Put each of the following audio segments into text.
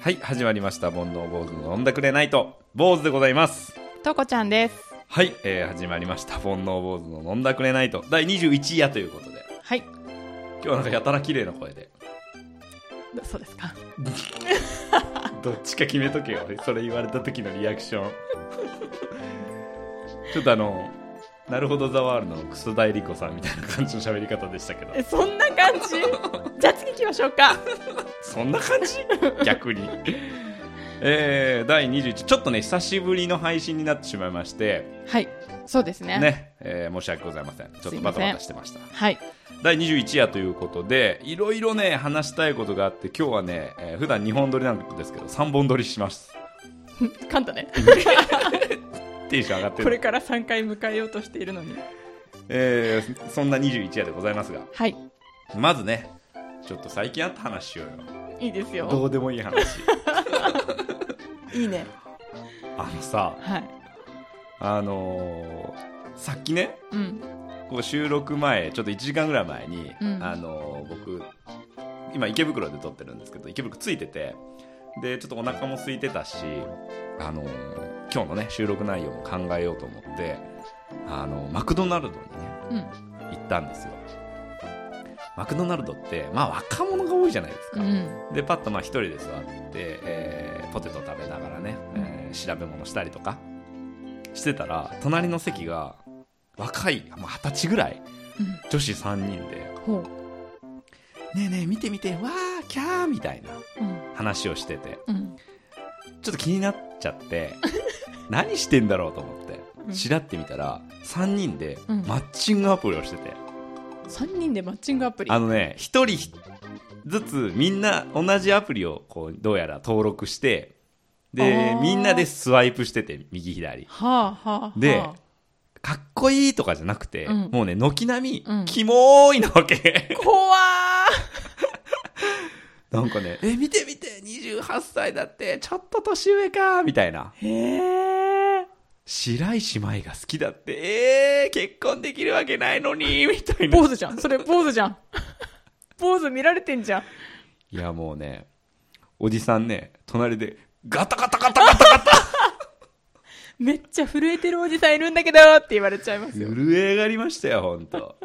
はい始まりました「煩悩坊主の飲んだくれないと」坊主でございますとこちゃんです。はい、えー始まりました「煩悩坊主の飲んだくれないと」第21夜ということではい。今日はなんかやたら綺麗な声でそうですか。 どっちか決めとけよ俺それ言われた時のリアクション ちょっとあの「なるほどザワールドのクソ大リコさんみたいな感じの喋り方でしたけどえ、そんな感 じじゃあ次行きましょうか。そんな感 じ逆に。えー、第21ちょっとね久しぶりの配信になってしまいましてはい。そうですね。ね、えー申し訳ございませんちょっとバタバタしてましたはい。第21夜ということでいろいろね話したいことがあって今日はね、えー普段2本撮りなんですけど3本撮りします簡単ね。テンション上がってこれる、から3回迎えようとしているのに。えーそんな21夜でございますがはい。まずねちょっと最近あった話しよういいですよどよ。うでもいい話いいね。あのさはい。あのーさっきねうん。こう収録前ちょっと1時間ぐらい前に、うんあの僕今池袋で撮ってるんですけど池袋ついててでちょっとお腹も空いてたしあの今日のね収録内容も考えようと思ってあのマクドナルドにねうん。行ったんですよマクドナルドってまあ若者が多いじゃないですうか、ん。でパッとまあ一人で座って、えーポテト食べながらね、えー調べ物したりとかしてたら隣の席が若いまあ二十歳ぐらい女子3人でうん。ほう。 「ねえねえ見て見てわーキャー」みたいなうん。話をしててうん。ちょっと気になっちゃって 何してんだろうと思ってうんちらってみたら3人でうんマッチングアプリをしてて、 3人でマッチングアプリ。あのね1人ずつみんな同じアプリをこうどうやら登録してであーみんなでスワイプしてて右左はあはあはあ。でかっこいいとかじゃなくて、うんもうね軒並み、うんキモーいなわけ怖なんかね、え、見て見て、28歳だって、ちょっと年上か、みたいな。ー。へえ。白石麻衣が好きだって、えー、結婚できるわけないのに、みたいな。坊主じゃん。それ坊主じゃ ん。坊主見られてんじゃん。いや、もうね、おじさんね、隣で、ガタガタガタガタ ガタめっちゃ震えてるおじさんいるんだけどって言われちゃいますよ。震え上がりましたよ、ほんと。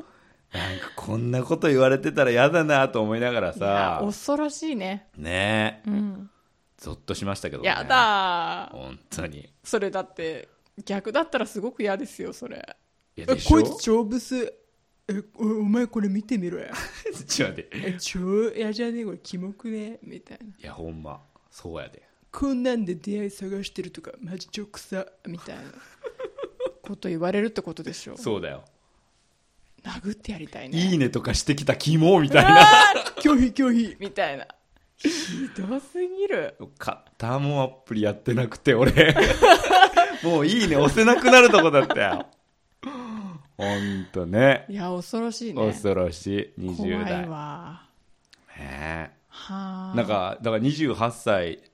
なんか、こんなこと言われてたら嫌だなと思いながらいやさ、恐ろしいね。ねえ、うん。ゾッとしましたけどね。や。だー。ほんとに。それだって、逆だったらすごく嫌ですよ、それ。いや、え、でしょこいつ超ブス。え、おお前これ見てみろや。 ちょっと待って。え、超嫌じゃねえ、これキモくねみたいな。いや、ほんま、そうやで。こんなんで出会い探してるとか、マジ直さ、みたいな。 こと言われるってことでしょ。そうだよ。殴ってやりたいね。いいねとかしてきたキモみたい な。あー拒否拒否みたいな。ひどすぎる。よかった、もうアプリやってなくて、俺。 もういいね、押せなくなるとこだったよ。ほんとね。いや、恐ろしいね。恐ろしい、怖20代。いねわ。えはあ。なんか、だから28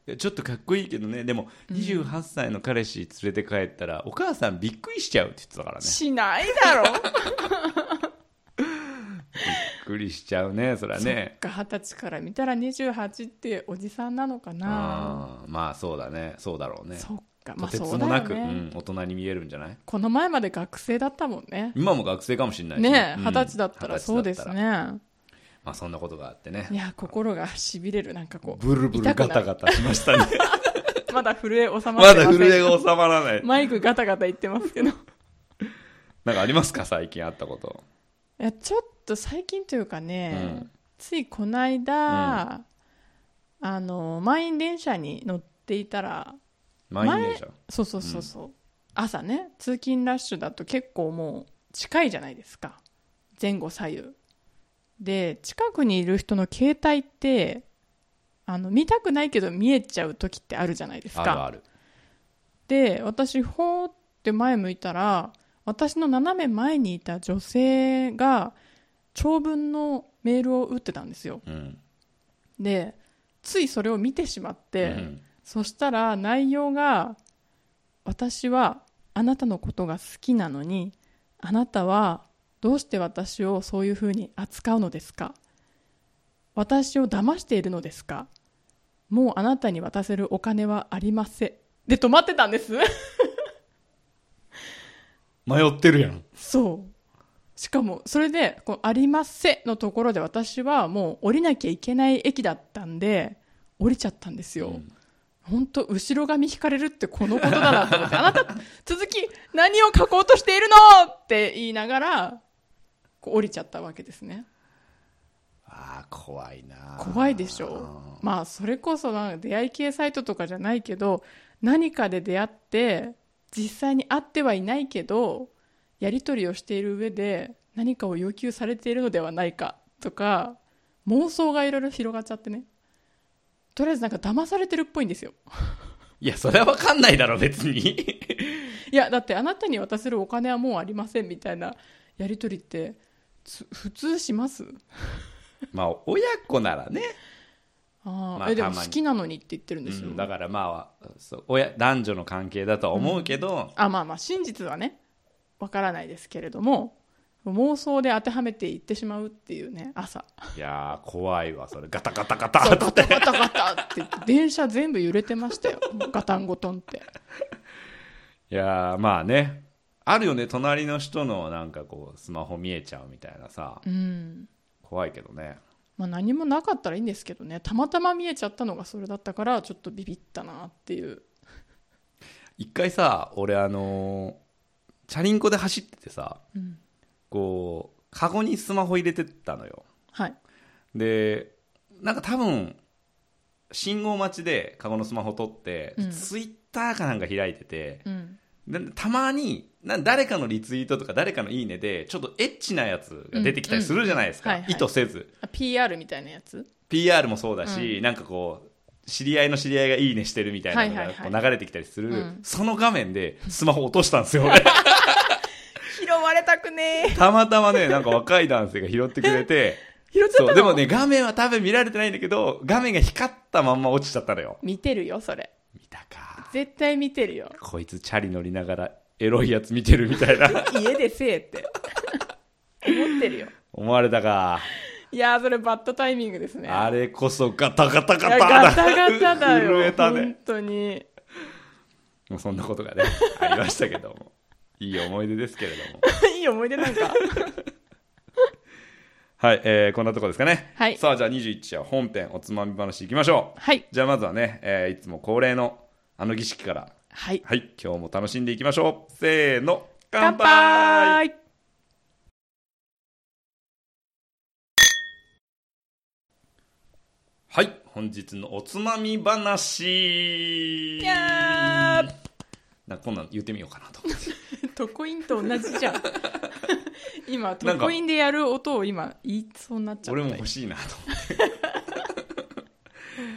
歳、ちょっとかっこいいけどね、でも28歳の彼氏連れて帰ったら、お母さんびっくりしちゃうって言ってたからね。しないだろびっくりしちゃうね、そりゃ ね。が二十歳から見たら28っておじさんなのかなあーまあそうだね、そうだろうね。そっかまとあてつそうもだなよく、ねうん、大人に見えるんじゃないこの前まで学生だったもんね今も学生かもしれないしねえうん二十歳だったらそうです二十歳だったらねまあそんなことがあってねいや心がしびれるなんかこうブルブルガタガタしま したねタまだ震え収まってまませんだ震えが収まらないマイクガタガタ言ってま すけどいなんかありますか最近あったことやちょっと最近というかね、うんついこの間、あの満員電車に乗っていたら満員電車そうそうそうそう、朝ね通勤ラッシュだと結構もう近いじゃないですか前後左右で近くにいる人の携帯ってあの見たくないけど見えちゃう時ってあるじゃないですかあるあるで私ほーって前向いたら私の斜め前にいた女性が長文のメールを打ってたんですようんでついそれを見てしまって、うんそしたら内容が私はあなたのことが好きなのにあなたはどうして私をそういうふうに扱うのですか私を騙しているのですかもうあなたに渡せるお金はありませんで止まってたんです迷ってるやん。 そうしかもそれでこう「ありません」のところで私はもう降りなきゃいけない駅だったんで降りちゃったんですよ、うん本当後ろ髪引かれるってこのことだなと思って、あなた、続き、何を書こうとしているのって言いながら、こう降りちゃったわけですね。ああ、怖いな。怖いでしょまあ、それこそなんか出会い系サイトとかじゃないけど、何かで出会って、実際に会ってはいないけど、やり取りをしている上で、何かを要求されているのではないかとか、妄想がいろいろ広がっちゃってね。とりあえずなんか騙されてるっぽいんですよ。いや、それはわかんないだろ、別に。 いやだってあなたに渡せるお金はもうありませんみたいなやり取りってつ普通しますまあ、親子ならね。あー、まあえでもたま好にきなのにって言ってるんですよ、うんだからまあ、そう親、男女の関係だとは思うけど、あまあまあ真実はねわからないですけれども妄想で当てはめていってしまうっていうね 朝いやー、怖いわ、それ。ガタガタガそうタガタガタガタって言って電車全部揺れてましたよもうガタンゴトンっていやー、まあね。あるよね、隣の人のなんかこう、スマホ見えちゃうみたいなさ。うん怖いけどね。まあ何もなかったらいいんですけどねたまたま見えちゃったのがそれだったからちょっとビビったなっていう一回さ、俺あのーチャリンコで走っててさ、うんこう、カゴにスマホ入れてったのよ。はいでなんか多分信号待ちでカゴのスマホ取って、うんツイッターかなんか開いてて、うんでたまにな誰かのリツイートとか誰かのいいねでちょっとエッチなやつが出てきたりするじゃないですか、うんうんはいはい意図せずあ PR みたいなやつ PR もそうだし、なんかこう知り合いの知り合いがいいねしてるみたいなのはいがはいはこいう流れてきたりする、うんその画面でスマホ落としたんですよ俺 拾われたくねえたまたまねなんか若い男性が拾ってくれ て拾っちゃっそたうのでもね画面は多分見られてないんだけど画面が光ったまんま落ちちゃったのよ見てるよそれ見たか絶対見てるよこいつチャリ乗りながらエロいやつ見てるみたい な家でせえって思ってるよ思われたか、いやーそれバッドタイミングですねあれこそガタガタいガやタガタガタだよ 震えた本ね当にもうそんなことがねありましたけどもいい思い出ですけれどもいい思い出な んかはい、えーこんなとこですかね、はいさあじゃあ21話本編おつまみ話いきましょうはいじゃあまずはね、えーいつも恒例のあの儀式からはいはい今日も楽しんでいきましょうせーの乾乾杯杯はい本日のおつまみ話いやーなんかこんなん言ってみようかなと トコインと同じじゃん か今トコインでやる音を今言いそうになっちゃった俺も欲しいなと 思って、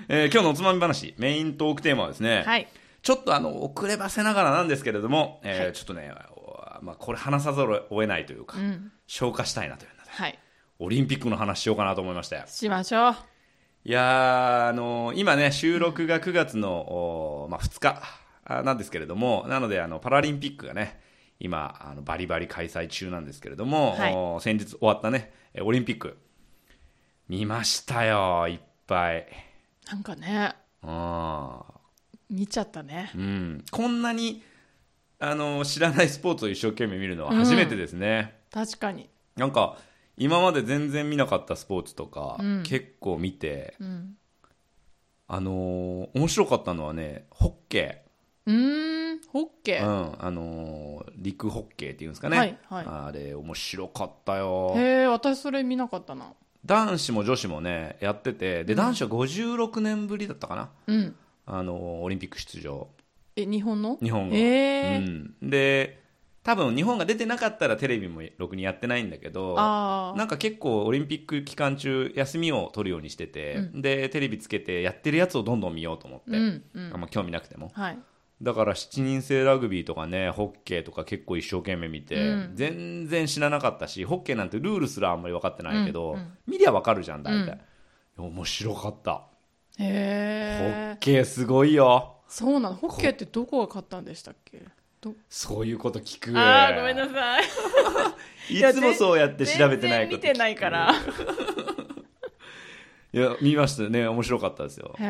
えー今日のおつまみ話メイントークテーマはですね、はいちょっとあの遅ればせながらなんですけれども、えーはいちょっとね、おまあ、これ話さざるを得ないというか、うん消化したいなというのではいオリンピックの話しようかなと思いましたよしましょういやー、あのー今ね、収録が9月の、おーまあ、2日あなんですけれども、なので、あの、パラリンピックがね、今、あのバリバリ開催中なんですけれども、はいおー先日終わったね、えオリンピック、見ましたよ、いっぱい。なんかねうん見ちゃったねうん、こんなに、あのー知らないス ポーツを一生懸命見るのは初めてですね。確かになんか、今まで全然見なかったスポーツとか、うん結構見て、うんあのー面白かったのはね、ホッケー。うーんホッケうーん、あのー陸ホッケーっていうんですかね、はいはいあれ面白かったよへえ私それ見なかったな男子も女子もねやっててで男子は56年ぶりだったかな、うんあのーオリンピック出場え日本の日本が、えーうん、で多分日本が出てなかったらテレビもろくにやってないんだけどあなんか結構オリンピック期間中休みを取るようにしてて、でテレビつけてやってるやつをどんどん見ようと思って、うんうんあんま興味なくてもはいだから7人制ラグビーとかねホッケーとか結構一生懸命見て、うん全然知らなかったしホッケーなんてルールすらあんまり分かってないけど、うんうん見りゃ分かるじゃん大体、面白かった、へホッえケーすごいよそうなのホッケーってどこが勝ったんでしたっけどそういうこと聞くああごめんなさいいやつもそうやって調べてないこと聞く全然見てないからいや見ましたね面白かったですよへー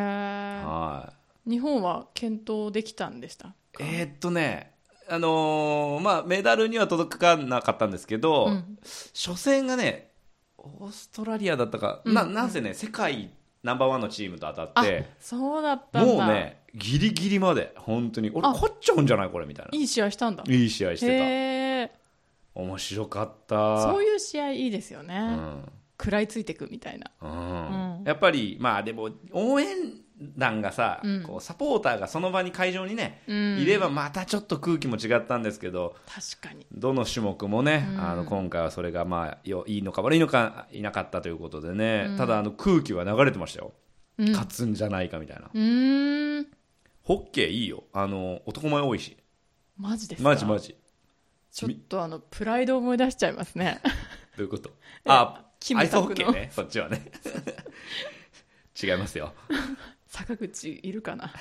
はい日本は検討できたんでしたえーっとね、あのーまあ、メダルには届かなかったんですけど、うん初戦がね、オーストラリアだったか、うんななんせね、世界ナンバーワンのチームと当たあって、そうだったんもだうね、ギリギリまで、本当に、俺、あ勝っちゃうんじゃないこれみたいな。いい試合したんだいい試合してへえた。面白かった。そういう試合いいですよね、うん食らいついていくみたいなうんうんやっぱり、まあでも、応援団がさ、うんこうサポーターがその場に会場にね、うんいればまたちょっと空気も違ったんですけど、確かにどの種目もね、うんあの今回はそれがまあよいいのか悪いのかいなかったということでね、うんただあの空気は流れてましたよ、うん勝つんじゃないかみたいな、うーんホッケーいいよあの男前多いしマジですかマジマジちょっとあのプライドを思い出しちゃいますね どういうことあキムアイスタホクッのケーねそっちはね 違いますよ坂口いるかな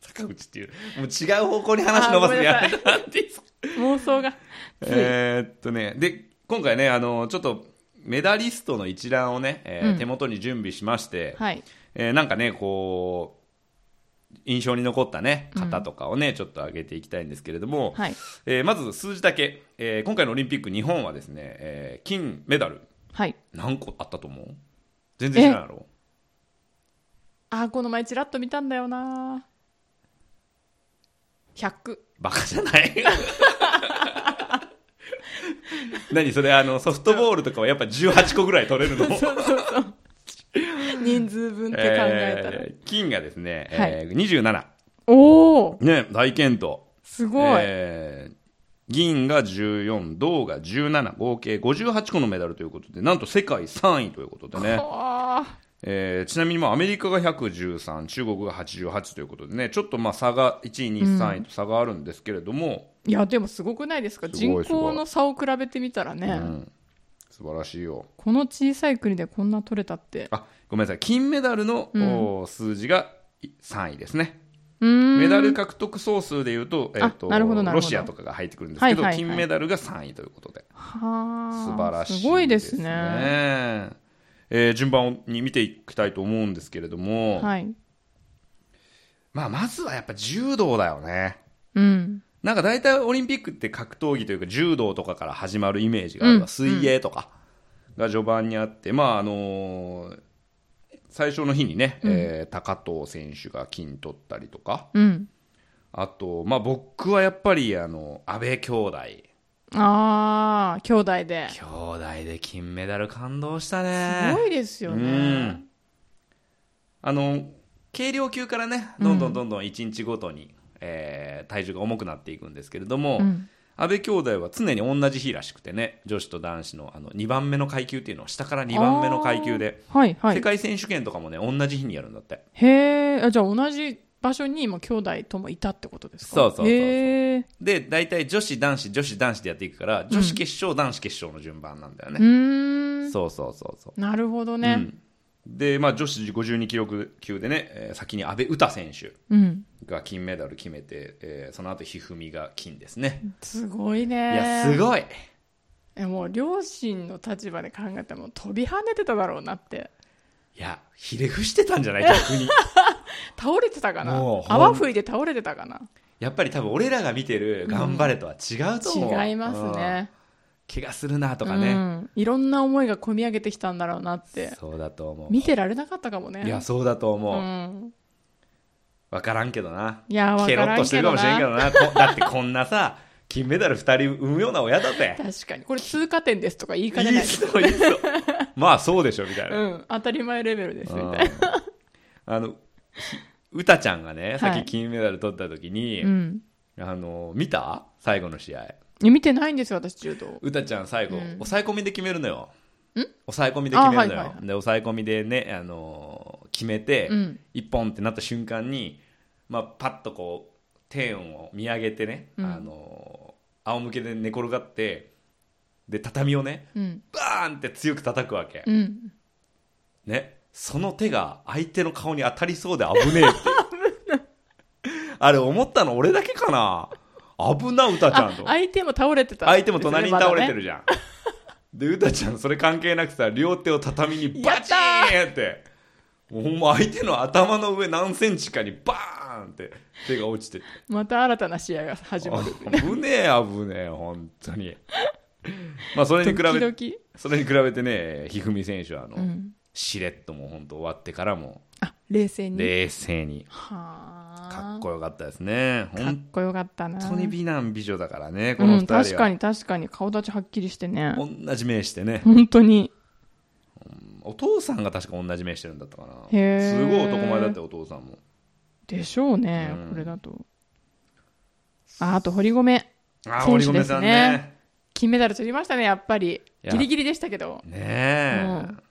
坂口っていうもう違う方向に話伸ばすのやめたなんて いいですか妄想がえーっとねで今回ねあのちょっとメダリストの一覧をね、えーうん手元に準備しまして、はいえーなんかねこう印象に残ったね方とかをね、ちょっと上げていきたいんですけれども、はいえーまず数字だけ、えー今回のオリンピック日本はですね、えー金メダルはい何個あったと思う全然知らないやろあーこの前ちらっと見たんだよな100バカじゃない何それあのソフトボールとかはやっぱ18個ぐらい取れるの人数分って考えたら、えー金がですね、えー27おおね大健闘すごい、えー銀が14、銅が17、合計58個のメダルということで、なんと世界3位ということでね、あーえーちなみにまあアメリカが113、中国が88ということでね、ちょっとまあ差が1位、2位、3位と差があるんですけれども、いやでもすごくないですかすごい人すご口いの差を比べてみたらね、うん素晴らしいよ。この小さい国でこんな取れたってあごめんなさい、金メダルの、うんおー数字が3位ですね。うーんメダル獲得総数でいうと、えーとあなるほどなるほロどシアとかが入ってくるんですけど、はいはいはい金メダルが3位ということで。はあ素晴らしい、すごいですねえー順番に見ていきたいと思うんですけれども、はいまあ、まずはやっぱ柔道だよね。うんなんか大体オリンピックって格闘技というか柔道とかから始まるイメージがあれば、うん水泳とかが序盤にあって、まああのー最初の日にね、えー高藤選手が金取ったりとか、うんあと、まあ僕はやっぱりあの、安倍兄弟。ああ兄弟で兄弟で金メダル感動したね。すごいですようんねあの軽量級からねどんどんどんどん1日ごとに、えー体重が重くなっていくんですけれども、うん安倍兄弟は常に同じ日らしくてね女子と男子のあの2番目の階級っていうのは下から2番目の階級で、はいは世い界選手権とかもね同じ日にやるんだってへえじゃあ同じ場所にも兄弟ともいたってことですかそうそうそうそうへえで大体女子男子女子男子でやっていくから女子決勝、男子決勝の順番なんだようね、ーんそうそうそうそうなるほどうねんで、まあ、女子52キロ級でね、えー先に阿部詩選手うんが金メダル決めて、えーその後一二三が金ですね。すごいいねや、すごい。えもう両親の立場で考えたらもう飛び跳ねてただろうなっていや、ひれ伏してたんじゃ ない逆に。倒れてたかなもうほん泡吹いて倒れてたかなやっぱり多分俺らが見てる頑張れとは違うと思う。違いますねうん。怪我するなとかうね。ん、いろんな思いが込み上げてきたんだろうなってそうだと思う。見てられなかったかもねいや、そうだとう思う。ん、わからんけどな。いやわケかロらッんとしてけるかどもしれんけなどな。こだってこんなさ、金メダル二人産むような親だぜ。確かにこれ通過点ですとか言いいかねないいでっすすよ、いいっすよ。まあそうでしょ、みたいなう。ん、当たり前レベルですみたいあの、うたちゃんがね、さっはきい金メダル取った時に、な、うん、あの、見た最後の試合。いや見てないんですよ私柔道うたちゃん最後、うん抑え込みで決めるのよ。ん抑え込みで決めるのよ。あはいはいはいで、抑え込みでね、あのー決めてうん、一、本ってなった瞬間に、まあ、パッとこう、天を見上げてね、うんあのー仰向けで寝転がって、で、畳をね、うんバーンって強く叩くわけ。うんね、その手が相手の顔に当たりそうで危ねえって。あれ思ったの俺だけかな危な歌ちゃんと相手も倒れてた、相手も隣に倒れてる。るじゃん、で歌ちゃんそれ関係なくさ両手を畳にバチーンってもうほんま相手の頭の上何センチかにバーンって手が落ちててまた新たな試合が始まる。危ねえ危ねえ本当にまあそれに比べて時それに比べてね一二三選手はあの、々。うん。しれっともう本当終わってからもあ、冷静に。冷静にはあ。かっこよかったですねかっ本こよかったな。当に美男美女だからねこのうん、二確人かは、に確かに顔立ちはっきりしてね。同じ目してね本当に。お父さんが確か同じ目してるんだったかなへーすごい男前だってお父さんもでしょうね、うんこれだと。あ、あと堀米。ああ選堀手米さんね金メダル取りましたね、やっぱり。やギリギリでしたけど。ねえ、うん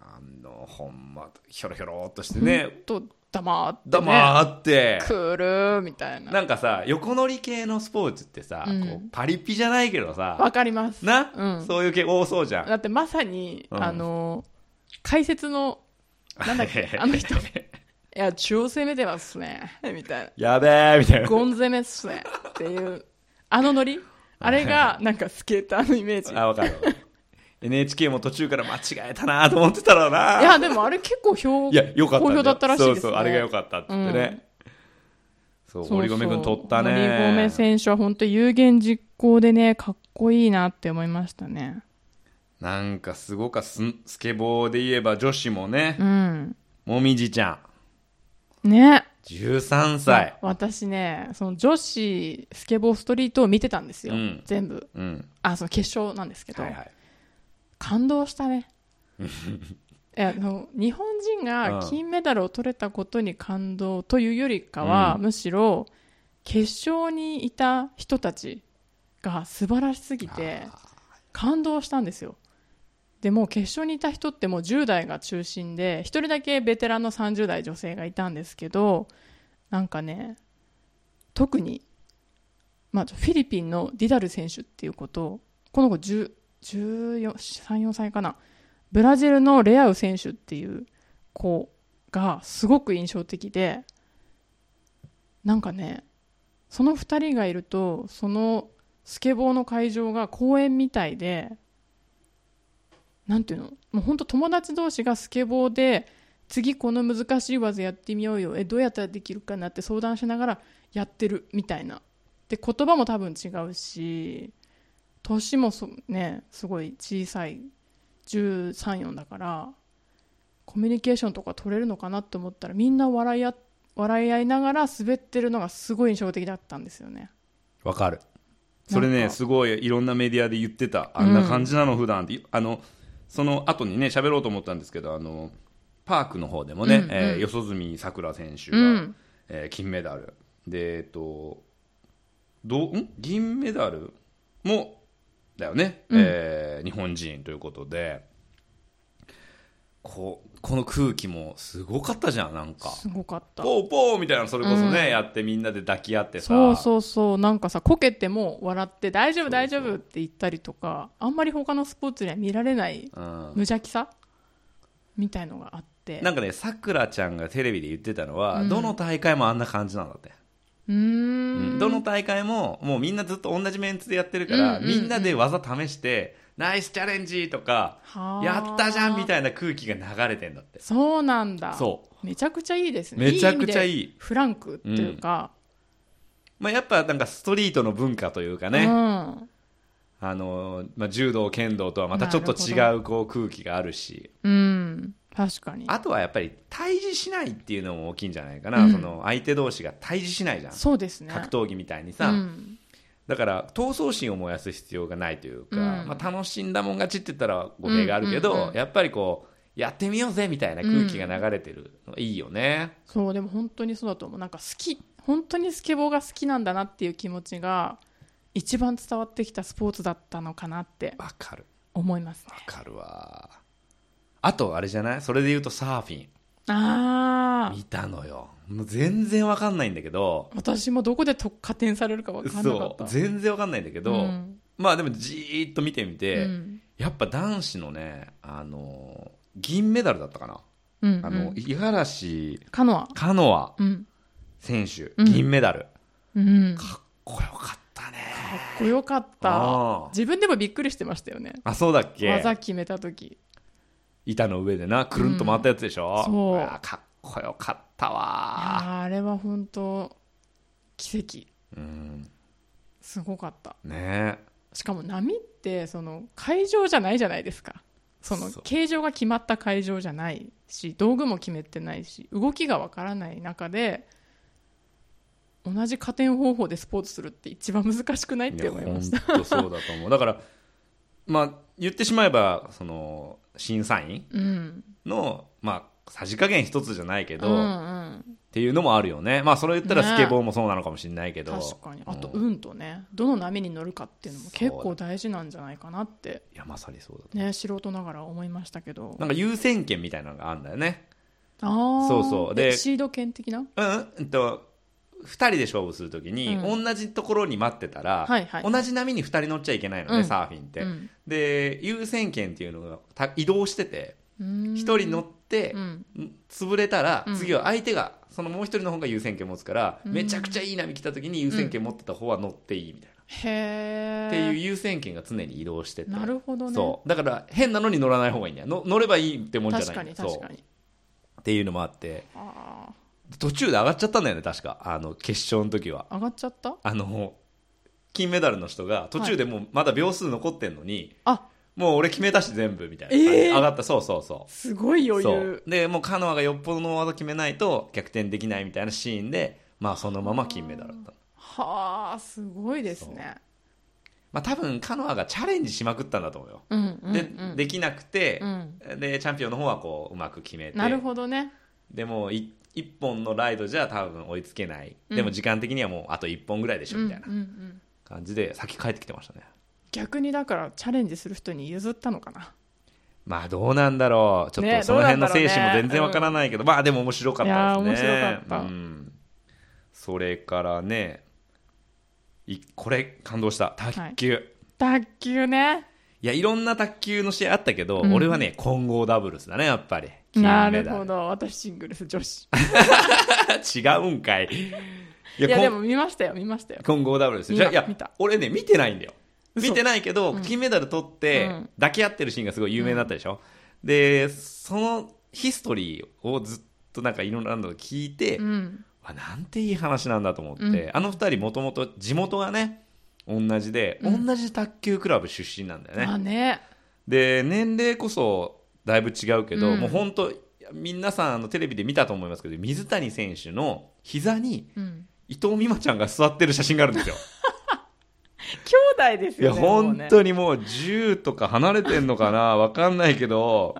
あのほんまひょろひょろっとしてねと、黙って、ね。黙って、くるみたいな。なんかさ横乗り系のスポーツってさ、うんこうパリピじゃないけどさわかります。な、うんそういう系多そうじゃんだってまさに、うんあの、解説の、なんだっ け、あの人。いや、中央攻めてますね。みたいやべえみたいな。なゴン攻めっすね。っていう、あのノリあれが、なんかスケーターのイメージ。あわかるわかる NHK も途中から間違えたなと思ってたろうないや、でもあれ結構評、いやよかったん好よ評だったらしいですね。そうそうあれがよかったって言ってね、そうそうそう堀米君取ったね堀米選手は本当有言実行でね、かっこいいなって思いましたね。なんかすごかススケボーで言えば女子もねう、ん。もみじちゃんね。 13歳、私ね、その女子スケボーストリートを見てたんですよ。うん全部。うんあ、その決勝なんですけど。はいはい感動し たね。いやあの日本人がうん金メダルを取れたことに感動というよりかは、うんむしろ決勝にいた人たちが素晴らしすぎて感動したんですよでもう決勝にいた人ってもう10代が中心で1人だけベテランの30代女性がいたんですけどなんかね特に、まあ、フィリピンのディダル選手っていうことをこの子10 14 34歳かなブラジルのレアウ選手っていう子がすごく印象的でなんかねその2人がいるとそのスケボーの会場が公園みたいでなんていうのもう本当友達同士がスケボーで次この難しい技やってみようよえどうやったらできるかなって相談しながらやってるみたいなで言葉も多分違うし年もそねすごい小さい134だからコミュニケーションとか取れるのかなと思ったらみんな笑いあ笑い合いながら滑ってるのがすごい印象的だったんですよね。わかるそれなねんかすごいいろんなメディアで言ってたあんな感じなの普段って、あのその後にね喋ろうと思ったんですけどあのパークの方でもね、うんうんえー四十住さくら選手が、うんえー金メダルでえっとどうん銀メダルもだよね、うんえー日本人ということでこうこの空気もすごかったじゃんなんかすごかったポーポーみたいなのそれこそね、うんやってみんなで抱き合ってさそうそうそうなんかさこけても笑って大丈夫大丈夫って言ったりとかあんまり他のスポーツには見られないうん無邪気さみたいのがあってなんかね、さくらちゃんがテレビで言ってたのは、うんどの大会もあんな感じなんだって、うーんうんどの大会も、もうみんなずっと同じメンツでやってるから、うんうんうんみんなで技試して、ナイスチャレンジとか、はあやったじゃんみたいな空気が流れてんだって。そうなんだそうめちゃくちゃいいですねめちゃくちゃいい意味でフランクっていうか、まあ、やっぱなんかストリートの文化というかうね、んあのーまあ、柔道、剣道とはまたちょっとな違うこう空気があるし、うん、確かにあとはやっぱり対峙しないっていうのも大きいんじゃないかな、うんその相手同士が対峙しないじゃん。そうですね格闘技みたいにさ、うんだから闘争心を燃やす必要がないというか、うんまあ、楽しんだもん勝ちって言ったら語弊があるけど、うんうんうんやっぱりこうやってみようぜみたいな空気が流れてるのがいいよね、そうでも本当にそうだと思うなんか好き本当にスケボーが好きなんだなっていう気持ちが一番伝わってきたスポーツだったのかなってわかる思いますねわかるわあとあれじゃないそれで言うとサーフィンああ見たのよもう全然わかんないんだけど私もどこでと加点されるか分かんなかっそたう全然わかんないんだけど、うんまあでもじーっと見てみて、うんやっぱ男子のねあの銀メダルだったかな、うんうんあの五十嵐カノアカノアうん選手、うん銀メダルうん、かかっこよかったねっこよかったあー自分でもびっくりしてましたよねあそうだっけ技決めた時板の上でなくるんと回ったやつでしょ、うんそうわあかっこよかったいわやーあれは本当奇跡うんすごかったねしかも波ってその会場じゃないじゃないですかそのそう形状が決まった会場じゃないし道具も決めてないし動きがわからない中で同じ加点方法でスポーツするって一番難しくないっいてや思いましたほんとそうだと思うだからまあ言ってしまえばその審査員うんのまあさじ加減一つじゃないけど、うんうっんていうのもあるよねまあそれ言ったらねスケボーもそうなのかもしれないけど、確かにあとうん運とねどの波に乗るかっていうのも結そ構う大事なんじゃないかなっていやまさにそうだと思う、ね素人ながら思いましたけどなんか優先権みたいなのがあるんだよねあーそうそうえでシード権的なうんうんうんと2人で勝負するときに、う同じところに待ってたら、はいはい同じ波に2人乗っちゃいけないのね、うんサーフィンって、うんで優先権っていうのがた移動してて1 1人乗って、うん潰れたら、うん次は相手がそのもう1人の方が優先権持つから、うんめちゃくちゃいい波来た時に優先権持ってた方は乗っていいみたいな、へえっていう優先権が常に移動しててなるほどねそうだから変なのに乗らない方がいいんだよの乗ればいいってもんじゃない確かに確かそうにっていうのもあってあ途中で上がっちゃったんだよね確かあの決勝の時はあ上がっちゃったあの金メダルの人が途中でもうまだ秒数残ってんのに、あもう俺決めたし全部みたいな感じ、えー上がったそうそうそうすごい余そう裕でもうカノアがよっぽどの技決めないと逆転できないみたいなシーンで、まあ、そのまま金メダルだった、はあすごいですねまあ、多分カノアがチャレンジしまくったんだと思うよ、うんうんうんでできなくてう、んでチャンピオンの方はこううまく決めてなるほどねでもい一本のライドじゃ多分追いつけない、うんでも時間的にはもうあと一本ぐらいでしょうんうみんうたいなん感じで先帰ってきてましたね逆にだからチャレンジする人に譲ったのかなまあどうなんだろうちょっねとその辺のどうなんだろうね精神も全然わからないけど、まあでも面白かったですねいやー面白かったうん、それからねいこれ感動した卓球、い、卓球ねやいろんな卓球の試合あったけど、うん俺はね混合ダブルスだねやっぱり金メダなルるほど私シングルス女子違うんかい いいこやんでも見ましたよ見ましたよ混合ダブルス見じたゃあいや見た俺ね見てないんだよ嘘見てないけど、金メダル取って、うん抱き合ってるシーンがすごい有名だったでしょ、でそのヒストリーをずっとなんかいろんなのを聞いて、うんわなんていい話なんだと思って、うんあの二人もともと地元がね同じで、うん同じ卓球クラブ出身なんだよね、まあねで年齢こそだいぶ違うけど、うんもう本当皆さんあのテレビで見たと思いますけど水谷選手の膝にうん伊藤美誠ちゃんが座ってる写真があるんですよ兄弟ですいや、よねもう本ね当にもう10とか離れてんのかな わかんないけど、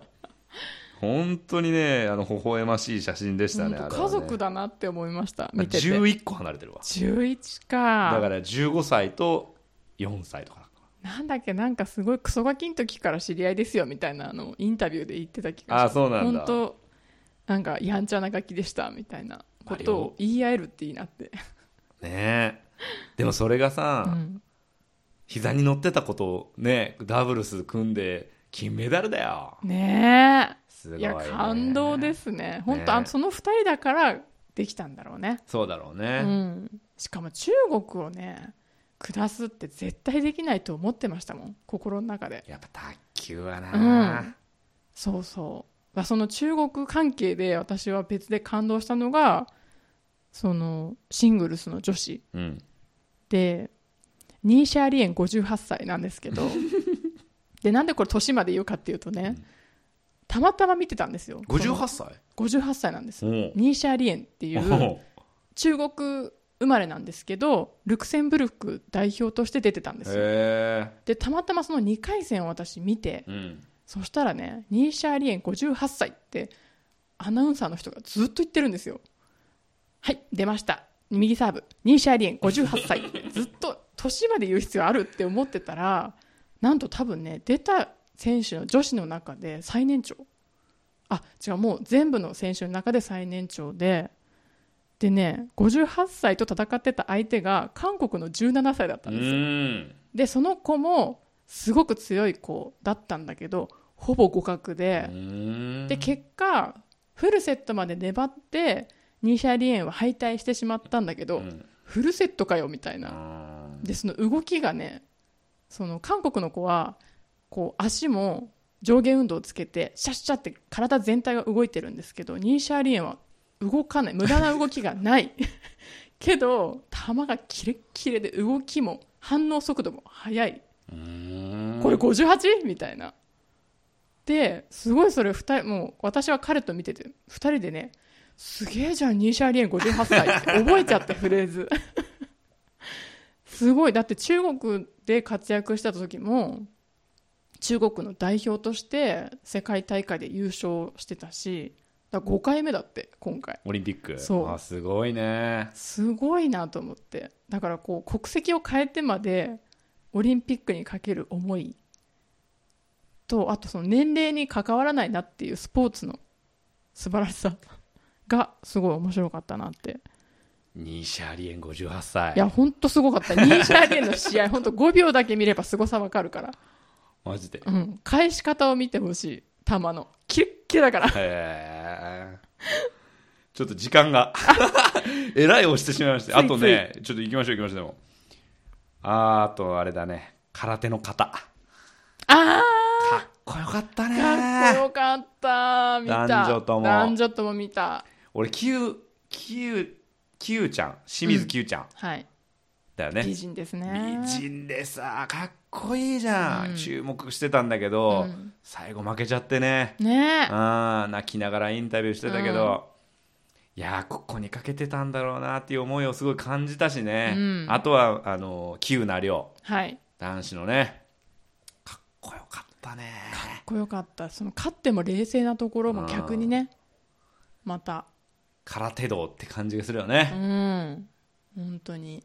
本当にね、あの、微笑ましい写真でしたね、本あれ当はね家族だなって思いましたあ見てて11個離れてるわ。 11かだから15歳と4歳とかだかなんだっけなんかすごいクソガキの時から知り合いですよみたいなあのインタビューで言ってた気ら。あがあ、しそうてなん本だ。当なんかやんちゃなガキでしたみたいなことを言い合えるっていいなって、ねえでもそれがさ、うん、膝に乗ってたことをね、ダブルス組んで金メダルだよ。 ねすえごい、いね。や感動で。すね本当、ねあその2人だからできたんだろうね、そうだろううね。ん、しかも中国をね下すって絶対できないと思ってましたもん心の中でやっぱ卓球はな、うんそうそう、まあ、その中国関係で私は別で感動したのがそのシングルスの女子うんでニーシャ・リエン58歳なんで すけどでなんでこれ年まで言うかっていうとね、たまたま見てたんですよそ58歳の58歳なんですおうニーシャ・リエンっていおうう中国生まれなんですけどルクセンブルク代表として出てたんですよ へでたまたまその2回戦を私見てえ、うん、そしたらね、ニーシャー・リエン58歳ってアナウンサーの人がずっと言ってるんですよ。はい、出ました。右サーブ。ニーシャー・リエン58歳。ずっと年まで言う必要あるって思ってたら、なんと多分ね、出た選手の女子の中で最年長。あ、違う、もう全部の選手の中で最年長で、でね、58歳と戦ってた相手が韓国の17歳だったうんですよ。んでその子もすごく強い子だったんだけどほぼ互角うで、んで結果フルセットまで粘ってニーシャ・リエンは敗退してしまったんだけど、うんフフルセットかよみたいなうんでその動きがねその韓国の子はこう足も上下運動をつけてシャッシャッって体全体が動いてるんですけどニーシャーリエンは動かない無駄な動きがない けど球がキレッキレで動きも反応速度も速いうんこれ 58? みたいなですごいそれ二人もう私は彼と見てて2人でねすげえじゃんニーシャーリエン58歳って覚えちゃったフレーズ すごいだって中国で活躍した時も中国の代表として世界大会で優勝してたしだ5回目だって今回オリンピックそうあすごいねすごいなと思ってだからこう国籍を変えてまでオリンピックにかける思いとあとその年齢に関わらないなっていうスポーツの素晴らしさがすごい面白かったなって、ニーシャーリエン58歳い、やほんとすごかったニーシャーレンの試合ほんと5秒だけ見ればすごさわかるから、マジでうん、返し方を見てほしい球のキレッキレだからへえちょっと時間が えらい押してしまいましてついついあとねちょっと行きましょう行きましょうでもあーあとあれだね空手の型かあっこよかったーかっこねよかった見た男女とも男女とも見た俺キューキューキューちゃん清水キューちゃんはいだよね、美人ですね美人でさかっこいいじゃん、うん注目してたんだけど、うん最後負けちゃってねねえあー泣きながらインタビューしてたけど、いやーここにかけてたんだろうなっていう思いをすごい感じたしね、うんあとはあの急な量はい男子のねかっこよかったねかっこよかったその勝っても冷静なところも逆にねまた空手道って感じがするようね、ん本当いにや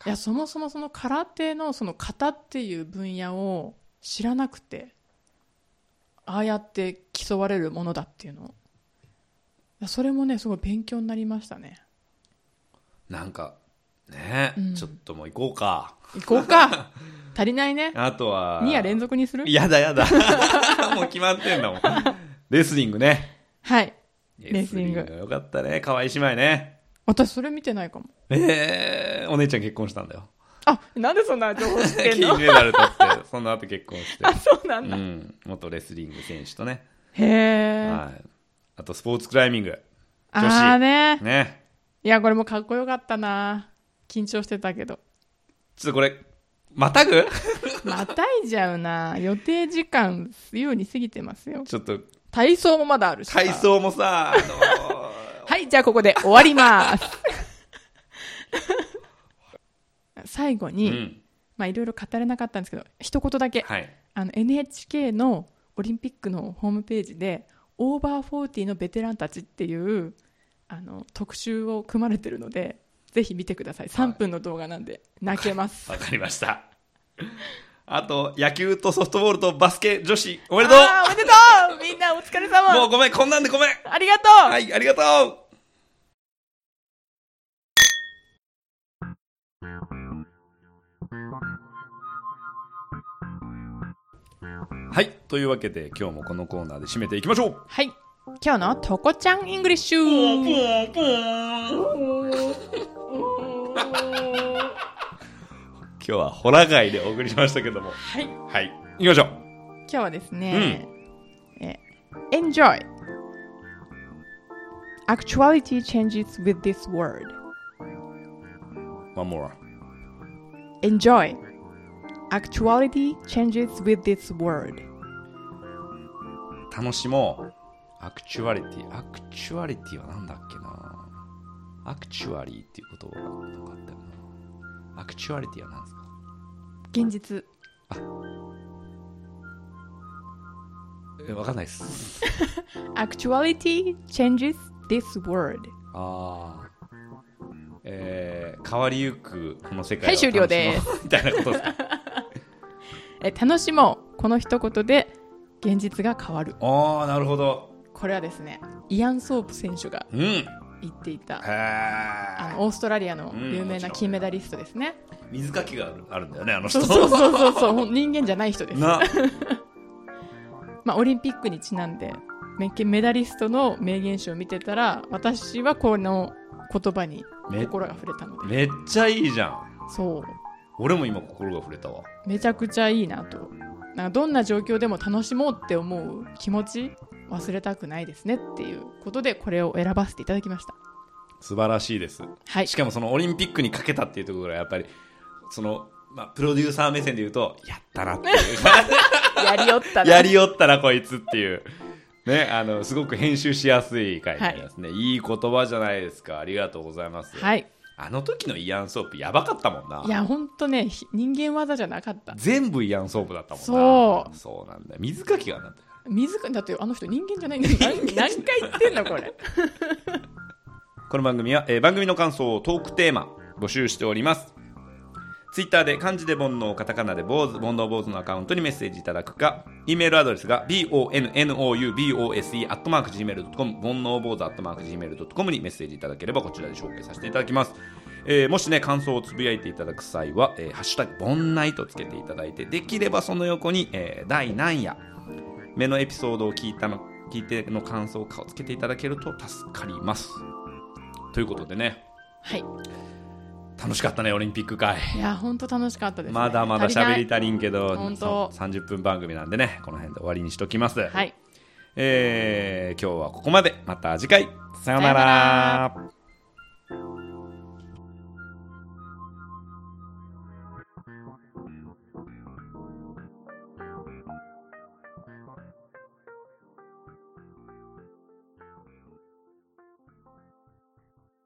ーいやそもそもその空手のその型っていう分野を知らなくてああやって競われるものだっていうのをいやそれもねすごい勉強になりましたねなんかね、うんちょっともう行こうか行こ うか足りないねあとは2夜連続にす るやだやだ もう決まってんだもんレスリングねはいレレススリリングングよかったね可愛い姉妹ね私それ見てないかもえー、お姉ちゃん結婚したんだよあなんでそんな情報知ってん金 のメダル取って、その後結婚して。あ そうなうんだ、ん。元レスリング選手とね。へえ、はい。あと、スポーツクライミング。女子ああねね。いやこれもかっこよかったな緊張してたけどちょっとこれ、またぐまたいじゃうな予定時間優に過ぎてますよちょっと、体操もまだあるし体操もさ、あのはいじゃあここで終わります 最後ーに、うん。 まあいろいろ語れなかったんですけど一言だけはい。あの NHK のオリンピックのホームページで「オーバーフォーティーのベテランたち」っていうあの特集を組まれてるのでぜひ見てください3分の動画なんで泣けますわかりました。あと、野球とソフトボールとバスケ女子、おめでとうあーおめでとうみんなお疲れも様うごめん、こんなんでごめんありがとう、はい、ありがとうはい、というわけで今日もこのコーナーで締めていきましょうはい。今日のとこちゃんイングリッシポュ。ンポン今日はホラ貝でお送りしましたけどもはい。今はい、行きましょう日はですね、え Enjoy. Actuality changes with this word. One more Enjoy. Actuality changes with this word. 楽しもうアクチュアリティアクチュアリティはなんだっけなアクチュアリーっていう言葉がなんかあったよなアクチュアリティは何ですか現実。えわかんないっす Actuality changes this word. ああえー、変わりゆくこの世界をはい終了です楽しもうみたいなことです かえ楽しもう。この一言で現実が変わる。ああなるほどこれはですね、イアン・ソープ選手がうんへ言っていた。あえのオーストラリアのうん有名な金メダリストですね、水かきがあるあるんだよねあのそ人うそうそうそうそう 人間じゃない人です、なまあ、オリンピックにちなんでメメダリストの名言集を見てたら私はこの言葉にめ心が触れたのでめっちゃいいじゃんそう俺も今心が触れたわめちゃくちゃいいなとなんかどんな状況でも楽しもうって思う気持ち忘れたくないですねっていうことでこれを選ばせていただきました素晴らしいですはいしかもそのオリンピックにかけたっていうところがやっぱりその、まあ、プロデューサー目線で言うとやったなっていうやりよった なやりよったらこいつっていう。ね、あの、すごく編集しやすい回になりますね。い、い言葉じゃないですか。ありがとうございます。はいあの時のイアンソープやばかったもんな。いやほんとねひ人間技じゃなかった全部イアンソープだったもんな。そうそうなんだよ。水かきがなって。水かだってあの人人間じゃない んだよ何何回言ってんのこれこの番組は、えー番組の感想をトークテーマ募集しております。ツイッターで漢字で煩悩、カタカナで坊主、煩悩坊主のアカウントにメッセージいただくか、e メールアドレスが bonoubose アットマーク gmail.com、煩悩坊主アットマーク gmail.com にメッセージいただければこちらで紹介させていただきます。えーもしね、感想をつぶやいていただく際は、えーハッシュタグ、煩内とつけていただいて、できればその横に、えー第何夜、目のエピソードを聞いたの、聞いての感想を顔つけていただけると助かります。ということでねはい楽しかったねオリンピック会、いやほんと楽しかったです、ね、まだまだ喋りた足りんけど本当さ30分番組なんでねこの辺で終わりにしときます、はいえー今日はここまでまた次回さようなさようならら